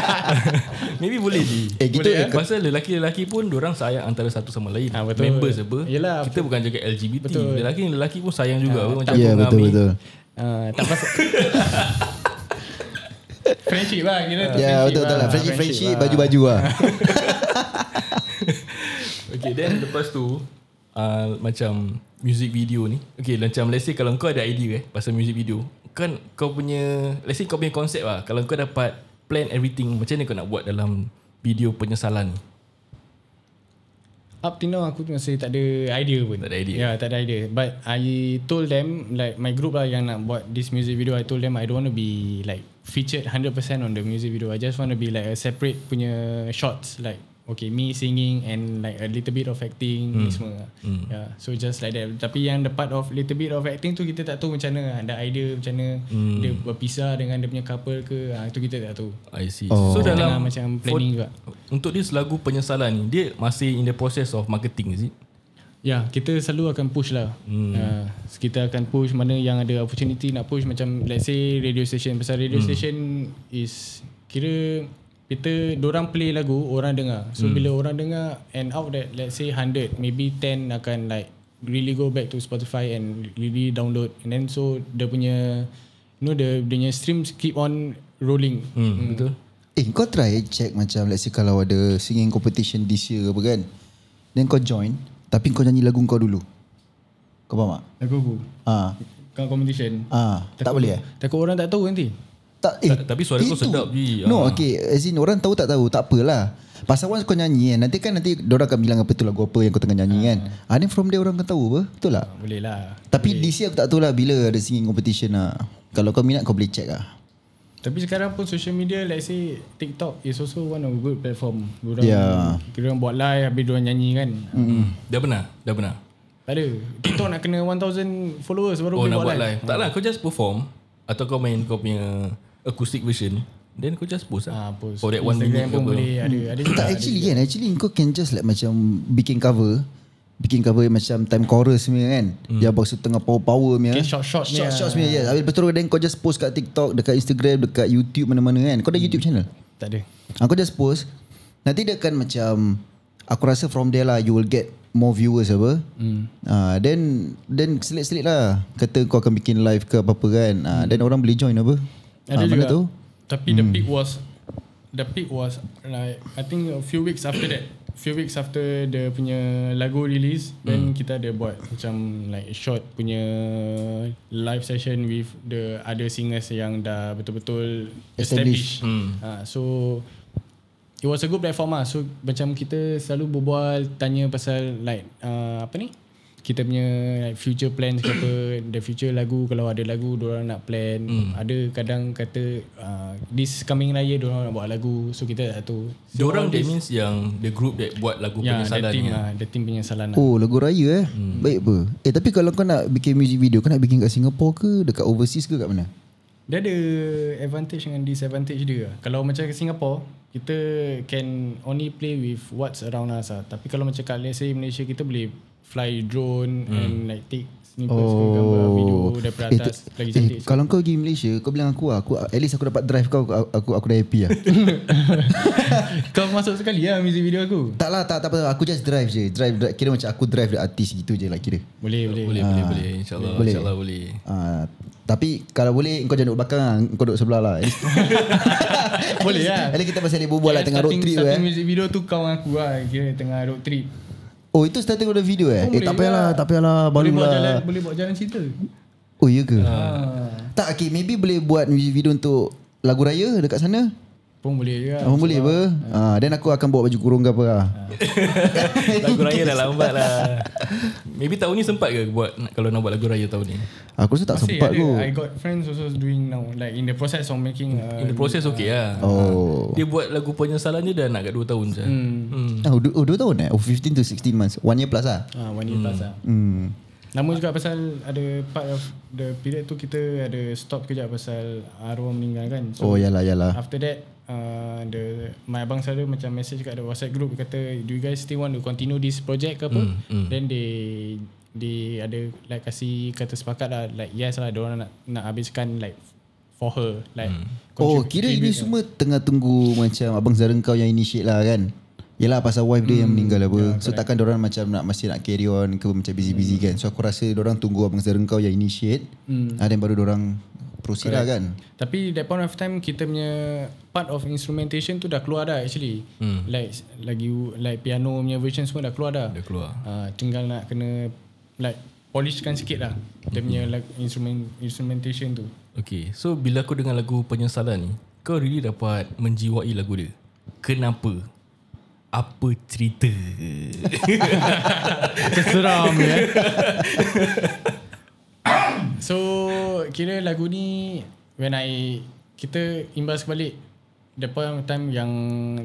Speaker 1: Maybe boleh di.
Speaker 2: Eh kita
Speaker 3: Boleh, eh?
Speaker 1: Pasal lelaki-lelaki pun orang sayang antara satu sama lain.
Speaker 3: Ah,
Speaker 1: Ha,
Speaker 3: betul.
Speaker 1: Members apa.
Speaker 3: Yelah.
Speaker 1: kita bukan jaga LGBT.
Speaker 3: Betul. Ah,
Speaker 1: Lelaki lelaki pun sayang juga apa macam aku
Speaker 2: Ya yeah, betul
Speaker 1: dengan Amir.
Speaker 2: betul.
Speaker 3: Uh, tak pasal Friendship lah kira
Speaker 2: Ya yeah, betul betul lah. Friendship friendship baju-baju lah.
Speaker 1: Okay then lepas tu uh, Macam Music video ni Okay macam let's say Kalau kau ada idea eh Pasal music video Kan kau punya Let's say kau punya konsep lah Kalau kau dapat Plan everything Macam mana kau nak buat dalam Video penyesalan ni
Speaker 3: Up till now aku masih tak ada idea pun.
Speaker 1: Tak ada idea.
Speaker 3: Ya, yeah, tak ada idea. But I told them like my group lah yang nak buat this music video I told them I don't want to be like featured 100% on the music video. I just want to be like a separate punya shots like okay me singing and like a little bit of acting
Speaker 1: Hmm.
Speaker 3: ni semua. Mm. Yeah, so just like that. Tapi yang the part of little bit of acting tu kita tak tahu macam mana ada idea macam mana
Speaker 1: Hmm.
Speaker 3: mm. dia berpisah dengan dia punya couple ke. Ah ha, tu kita tak tahu.
Speaker 1: I see
Speaker 2: Oh.
Speaker 1: So
Speaker 3: Dalam
Speaker 1: dalam
Speaker 3: macam planning juga.
Speaker 1: Untuk this lagu penyesalan ni Dia masih in the process of marketing is it?
Speaker 3: Ya, kita selalu akan push lah. Hmm. Uh, kita akan push mana yang ada opportunity nak push macam let's say radio station. Pasal radio hmm. station is kira kita orang play lagu, orang dengar. So hmm. bila orang dengar and out that let's say 100, maybe 10 akan like really go back to Spotify and really download and then so dia punya you know the dia punya streams keep on rolling.
Speaker 1: Hmm, hmm. Betul?
Speaker 2: Eh kau try check macam let's say kalau ada singing competition this year apa kan. Then kau join tapi kau nyanyi lagu kau dulu. Kau faham tak?
Speaker 3: Lagu aku.
Speaker 2: Ah.
Speaker 3: Kau competition.
Speaker 2: Ah, tak boleh eh?
Speaker 3: Takut orang tak tahu nanti.
Speaker 2: Tak, eh,
Speaker 1: Ta- tapi suara kau
Speaker 2: itu.
Speaker 1: sedap, Ji.
Speaker 2: No,
Speaker 1: Ah.
Speaker 2: okay. As in, orang tahu tak tahu. Tak apalah. Pasal once kau nyanyi kan, nanti kan nanti orang akan bilang apa tu lagu apa yang kau tengah nyanyi kan. Ah, then from there orang akan tahu apa. Betul tak?
Speaker 3: Ah, Boleh lah.
Speaker 2: Tapi this year aku tak tahu lah bila ada singing competition lah. Kalau kau minat kau boleh check lah.
Speaker 3: Tapi sekarang pun social media let's say TikTok is also one of good platform. Diorang
Speaker 2: Yeah.
Speaker 3: diorang buat live habis diorang nyanyi kan. Mm.
Speaker 1: Hmm. Dah pernah? Dah pernah?
Speaker 3: Tak ada. TikTok nak kena 1000 followers baru
Speaker 1: Oh
Speaker 3: boleh
Speaker 1: nak
Speaker 3: buat
Speaker 1: buat
Speaker 3: live.
Speaker 1: live Tak lah kau just perform Atau kau main kau punya Acoustic version Then kau just post lah
Speaker 3: Ah, post.
Speaker 1: For that one minute
Speaker 3: Instagram
Speaker 1: ke
Speaker 3: pun
Speaker 1: apa.
Speaker 3: boleh ada ada juga.
Speaker 1: Ah,
Speaker 2: Tak actually kan Actually kau can just like Macam bikin cover Bikin cover yang macam Time chorus punya kan hmm. Yang box tengah power-power punya
Speaker 3: Okay, short-short punya.
Speaker 2: Short-short punya yes. Habis lepas tu Then kau just post kat TikTok Dekat Instagram Dekat YouTube mana-mana kan Kau ada
Speaker 1: Hmm.
Speaker 2: YouTube channel
Speaker 3: Tak ada.
Speaker 2: ha, Kau just post Nanti dia akan macam Aku rasa from there lah You will get More viewers apa hmm. uh, Then Then selit-selit lah Kata kau akan bikin live ke apa-apa kan uh, Then orang boleh join apa
Speaker 3: Hmm.
Speaker 2: Ah,
Speaker 3: Ada juga.
Speaker 2: Mana tu
Speaker 3: Tapi the peak was the peak was like I think a few weeks after that. Few weeks after the punya lagu release mm. then kita ada buat macam like short punya live session with the other singers yang dah betul-betul
Speaker 2: Established.
Speaker 3: established. Mm. Ha, so it was a good platform lah. So macam kita selalu berbual tanya pasal like uh, apa ni? Kita punya like, future plans ke apa, the future lagu kalau ada lagu diorang nak plan. Mm. Ada kadang kata uh, this coming raya diorang nak buat lagu. So kita tak tahu. So,
Speaker 1: Diorang that means yang The group that buat lagu
Speaker 3: yeah,
Speaker 1: penyesalan ni
Speaker 3: the team
Speaker 1: lah.
Speaker 3: lah, the team punya salan lah.
Speaker 2: Oh lagu raya eh hmm. Baik apa Eh tapi kalau kau nak bikin music video Kau nak bikin kat Singapore ke Dekat overseas ke kat mana
Speaker 3: Dia ada advantage dengan disadvantage dia. Kalau macam kat Singapore, kita can only play with what's around us lah. Tapi kalau macam kat let's say Malaysia, kita boleh fly drone hmm. and like take snippets oh. gambar video daripada
Speaker 2: eh, tu-
Speaker 3: atas lagi
Speaker 2: eh,
Speaker 3: cantik.
Speaker 2: Kalau kau pergi Malaysia Kau bilang aku lah aku, At least aku dapat drive kau Aku, aku, aku dah happy lah
Speaker 3: Kau masuk sekali lah music video aku.
Speaker 2: Tak lah tak, tak apa Aku just drive je drive, drive Kira macam aku drive the artist gitu je lah kira
Speaker 3: Boleh, boleh.
Speaker 1: Boleh boleh Ah. boleh InsyaAllah
Speaker 2: Boleh.
Speaker 1: InsyaAllah boleh
Speaker 2: Ah, tapi kalau boleh kau jangan duduk belakang lah. Kau duduk sebelah lah
Speaker 3: Boleh lah.
Speaker 2: Kali kita pasal boleh berbual lah Tengah road
Speaker 3: Starting-
Speaker 2: trip tu
Speaker 3: Starting
Speaker 2: eh
Speaker 3: music video tu kau dengan aku lah. Kira tengah road trip.
Speaker 2: Oh itu starting of the video eh
Speaker 3: Kau
Speaker 2: Eh
Speaker 3: boleh
Speaker 2: tak payahlah
Speaker 3: juga.
Speaker 2: Tak payahlah
Speaker 3: boleh
Speaker 2: Baru
Speaker 3: buat jalan,
Speaker 2: lah
Speaker 3: boleh buat jalan cerita.
Speaker 2: Oh iya ke
Speaker 3: Ah.
Speaker 2: Tak okay maybe boleh buat music video untuk Lagu raya dekat sana
Speaker 3: Pun boleh juga.
Speaker 2: Abang boleh apa Ah, Then aku akan bawa baju kurung ke apa lah
Speaker 3: Ah.
Speaker 1: Lagu raya dah lambat lah Maybe tahun ni sempat ke buat Kalau nak buat lagu raya tahun ni
Speaker 2: Aku rasa tak
Speaker 3: Masih
Speaker 2: sempat
Speaker 3: ada.
Speaker 2: kot
Speaker 3: I got friends also doing now. Like in the process of making. Uh,
Speaker 1: In the process okay lah
Speaker 2: Oh
Speaker 1: Dia buat lagu penyesalan je Dah nak kat 2 tahun je
Speaker 3: Hmm.
Speaker 2: Ah, Oh, du- oh 2 tahun eh Oh 15 to 16 months One year plus lah
Speaker 3: Ah, one year plus lah.
Speaker 2: Hmm
Speaker 3: Lama juga pasal ada part of the period tu kita ada stop kejap pasal arwah meninggal kan.
Speaker 2: Oh yalah yalah.
Speaker 3: After that uh, the my abang selalu macam message kat the WhatsApp group dia kata do you guys still want to continue this project ke apa?
Speaker 2: Hmm,
Speaker 3: Mm, mm. Then they they ada like kasi kata sepakat lah like yes lah dia orang nak nak habiskan like for her like
Speaker 2: Oh
Speaker 3: contribute-
Speaker 2: kira ini
Speaker 3: contribute
Speaker 2: semua tengah tunggu macam abang Zara kau yang initiate lah kan. Yalah pasal wife dia yang meninggal apa. so takkan orang macam nak masih nak carry on ke macam busy-busy kan. So aku rasa orang tunggu abang Zara kau yang initiate. Hmm. Ah, then baru orang proceed lah kan.
Speaker 3: Tapi that point of time kita punya part of instrumentation tu dah keluar dah actually. Hmm. Like lagi like piano punya version semua dah keluar dah.
Speaker 1: Dah keluar.
Speaker 3: Uh, tinggal nak kena like polishkan sikit lah dia punya like, instrument instrumentation tu.
Speaker 1: Okay, so bila aku dengar lagu Penyesalan ni, kau really dapat menjiwai lagu dia. Kenapa? Apa cerita?
Speaker 3: Seram ya. so kira lagu ni when I kita imbas balik the point of time yang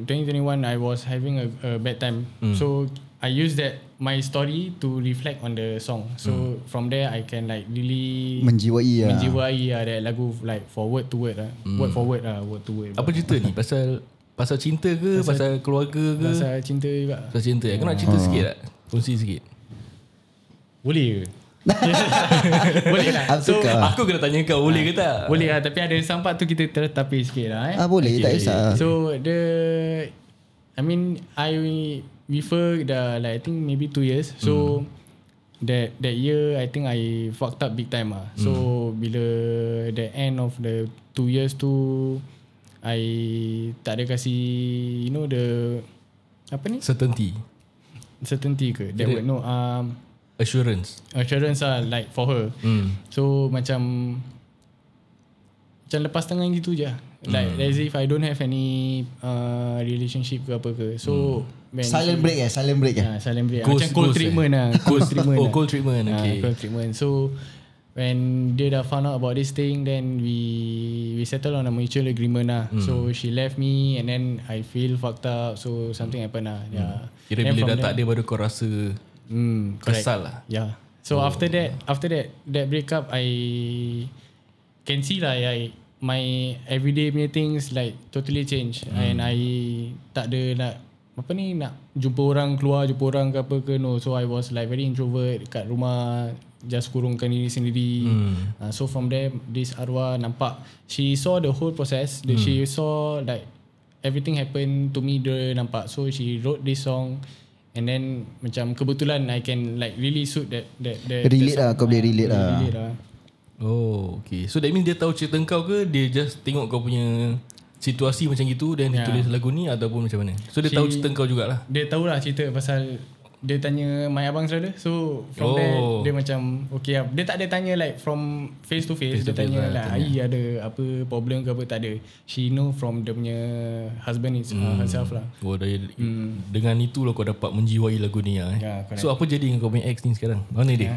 Speaker 3: 2021 I was having a, a bad time. Mm. So I use that my story to reflect on the song. So mm. from there I can like really
Speaker 2: Menjiwai lah.
Speaker 3: menjiwai lah that lagu like forward to word lah. Mm. Word forward lah, word to word.
Speaker 1: Apa cerita ni? Pasal pasal cinta ke? Pasal, pasal keluarga ke? Pasal,
Speaker 3: Pasal cinta juga.
Speaker 1: pasal cinta. Kau nak cerita sikit tak? Kongsi sikit.
Speaker 3: Boleh lah. ke? Boleh lah.
Speaker 2: Up
Speaker 1: So,
Speaker 2: to kau.
Speaker 1: aku kena tanya kau boleh ke tak?
Speaker 3: Boleh lah tapi ada some part tu kita tertapis sikit lah eh.
Speaker 2: Ah boleh tak kisah. lah.
Speaker 3: So the I mean I refer the like I think maybe two years. So that that year I think I fucked up big time ah. So bila the end of the two years tu I tak ada kasi you know the apa ni?
Speaker 1: Certainty.
Speaker 3: Certainty ke? That word no um
Speaker 1: Assurance.
Speaker 3: assurance lah like for her.
Speaker 1: Hmm.
Speaker 3: So macam macam lepas tangan gitu je. Like
Speaker 1: Hmm.
Speaker 3: mm. as if I don't have any uh, relationship ke apa ke. So mm. when
Speaker 2: Silent break eh, silent break eh.
Speaker 3: Yeah, silent break.
Speaker 1: Hmm. Ghost-
Speaker 3: macam cold
Speaker 1: ghost
Speaker 3: treatment lah. Cold treatment.
Speaker 1: Oh,
Speaker 3: lah.
Speaker 1: cold treatment.
Speaker 3: Ah,
Speaker 1: Okay.
Speaker 3: cold treatment. So when dia dah found out about this thing then we we settle on a mutual agreement lah.
Speaker 1: Hmm.
Speaker 3: Mm. So she left me and then I feel fucked up. So something happened lah. Yeah.
Speaker 1: Hmm. Kira
Speaker 3: Then
Speaker 1: bila
Speaker 3: from
Speaker 1: dah tak ada baru kau rasa
Speaker 3: Hmm, correct.
Speaker 1: kesal lah.
Speaker 3: Yeah. So oh. after that, after that that breakup, I can see lah I my everyday punya things like totally change hmm. and I tak ada nak apa ni nak jumpa orang keluar jumpa orang ke apa ke no so I was like very introvert dekat rumah just kurungkan diri sendiri hmm. uh, so from there this arwah nampak she saw the whole process hmm. she saw like everything happen to me dia nampak so she wrote this song and then macam kebetulan I can like really suit that that that
Speaker 2: Relate
Speaker 3: that
Speaker 2: lah, kau boleh relate lah.
Speaker 3: relate lah
Speaker 1: Oh, okay. So that means dia tahu cerita kau ke dia just tengok kau punya situasi macam gitu dan yeah. ditulis lagu ni ataupun macam mana? So dia
Speaker 3: Ya. She-
Speaker 1: tahu cerita kau jugalah.
Speaker 3: dia tahu lah cerita pasal dia tanya my abang selalu so from oh. there
Speaker 1: Oh.
Speaker 3: dia macam okay lah. dia tak ada tanya like from face to face,
Speaker 1: Face
Speaker 3: dia
Speaker 1: to face
Speaker 3: tanya
Speaker 1: lah,
Speaker 3: like ai ada apa problem ke apa tak ada she know from dia punya husband is hmm. uh, herself lah
Speaker 1: Oh, dari, dengan itulah kau dapat menjiwai lagu ni lah eh.
Speaker 3: Hmm. Ya, correct. Ya.
Speaker 1: so apa jadi dengan kau punya ex ni sekarang? Mana dia?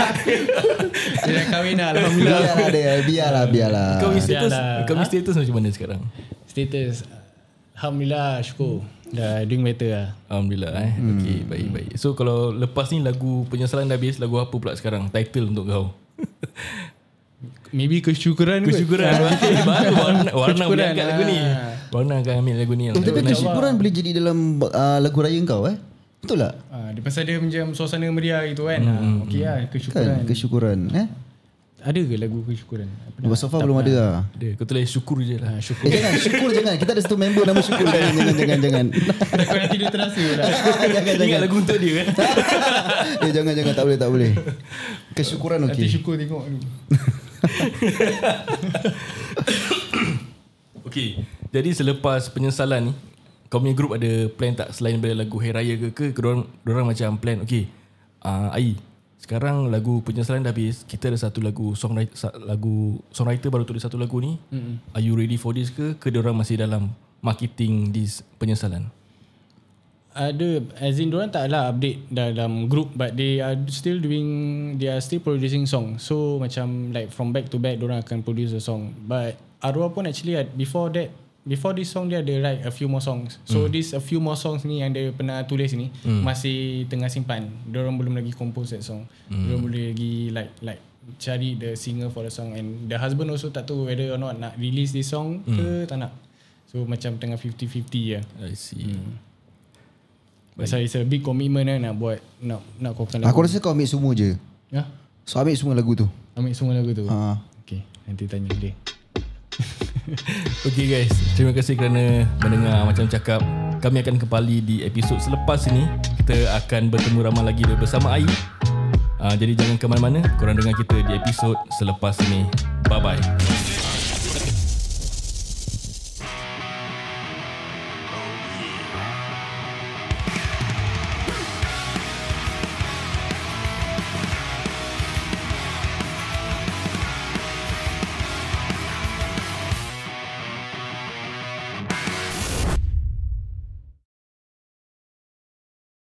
Speaker 3: dia dah kahwin lah alhamdulillah
Speaker 2: Biarlah dia, biarlah, biarlah.
Speaker 1: Kau punya status,
Speaker 3: Biarlah.
Speaker 1: kau punya status macam mana sekarang?
Speaker 3: status alhamdulillah syukur dah doing better lah
Speaker 1: Alhamdulillah eh. Hmm. Okay, baik-baik. So kalau lepas ni lagu penyesalan dah habis, lagu apa pula sekarang? Title untuk kau.
Speaker 3: Maybe kesyukuran kot.
Speaker 1: Kesyukuran. Baru warna, warna boleh
Speaker 3: Kesyukuran,
Speaker 1: angkat lagu ni.
Speaker 3: ah.
Speaker 1: Warna akan ambil lagu ni.
Speaker 2: Tapi kesyukuran boleh jadi dalam uh, lagu raya kau eh. Betul tak?
Speaker 3: Ah, dia pasal dia macam suasana meriah gitu kan. Hmm. Ah, okey lah kesyukuran.
Speaker 2: Kan kesyukuran eh.
Speaker 3: Ada ke lagu kesyukuran? Apa dah?
Speaker 2: Sebab so far belum ada lah.
Speaker 1: Dia, kau tulis syukur je lah. Syukur.
Speaker 2: Eh jangan, syukur jangan. Kita ada satu member nama syukur. Jangan, jangan, jangan. jangan.
Speaker 3: Takut nanti dia terasa pula.
Speaker 2: jangan, jangan.
Speaker 1: Ingat lagu untuk dia eh.
Speaker 2: eh jangan, jangan. Tak boleh, tak boleh. Kesyukuran
Speaker 3: Nanti
Speaker 2: okey.
Speaker 3: syukur tengok dulu.
Speaker 1: Okay Jadi selepas penyesalan ni Kau punya group ada plan tak Selain daripada lagu Hari Raya ke ke Diorang, diorang macam plan Okay uh, Ai Sekarang lagu penyesalan dah habis Kita ada satu lagu songwriter, lagu songwriter baru tulis satu lagu ni mm-hmm. Are you ready for this ke Ke diorang masih dalam Marketing this penyesalan
Speaker 3: Ada as in diorang tak lah update dalam group but they are still doing they are still producing song. So macam like from back to back diorang akan produce a song. But Arwah pun actually had- before that before this song dia ada write a few more songs. So mm. this a few more songs ni yang dia pernah tulis ni mm. masih tengah simpan. Diorang belum lagi compose that song. Mm. Diorang belum lagi like like cari the singer for the song and the husband also tak tahu whether or not nak release this song mm. ke tak nak. So macam tengah 50-50 ya.
Speaker 1: I see. Hmm.
Speaker 3: Pasal it's a big commitment lah nak buat nak nak kokkan lagu.
Speaker 2: Aku rasa kau ambil semua je.
Speaker 3: Ya.
Speaker 2: So ambil semua lagu tu.
Speaker 3: Ambil semua lagu tu.
Speaker 2: Ha.
Speaker 3: Okay, nanti tanya dia.
Speaker 1: Okay guys, terima kasih kerana mendengar macam cakap. Kami akan kembali di episod selepas ini. Kita akan bertemu ramai lagi bersama Ah, Ai. Uh, jadi jangan ke mana-mana. Korang dengar kita di episod selepas ini. Bye-bye.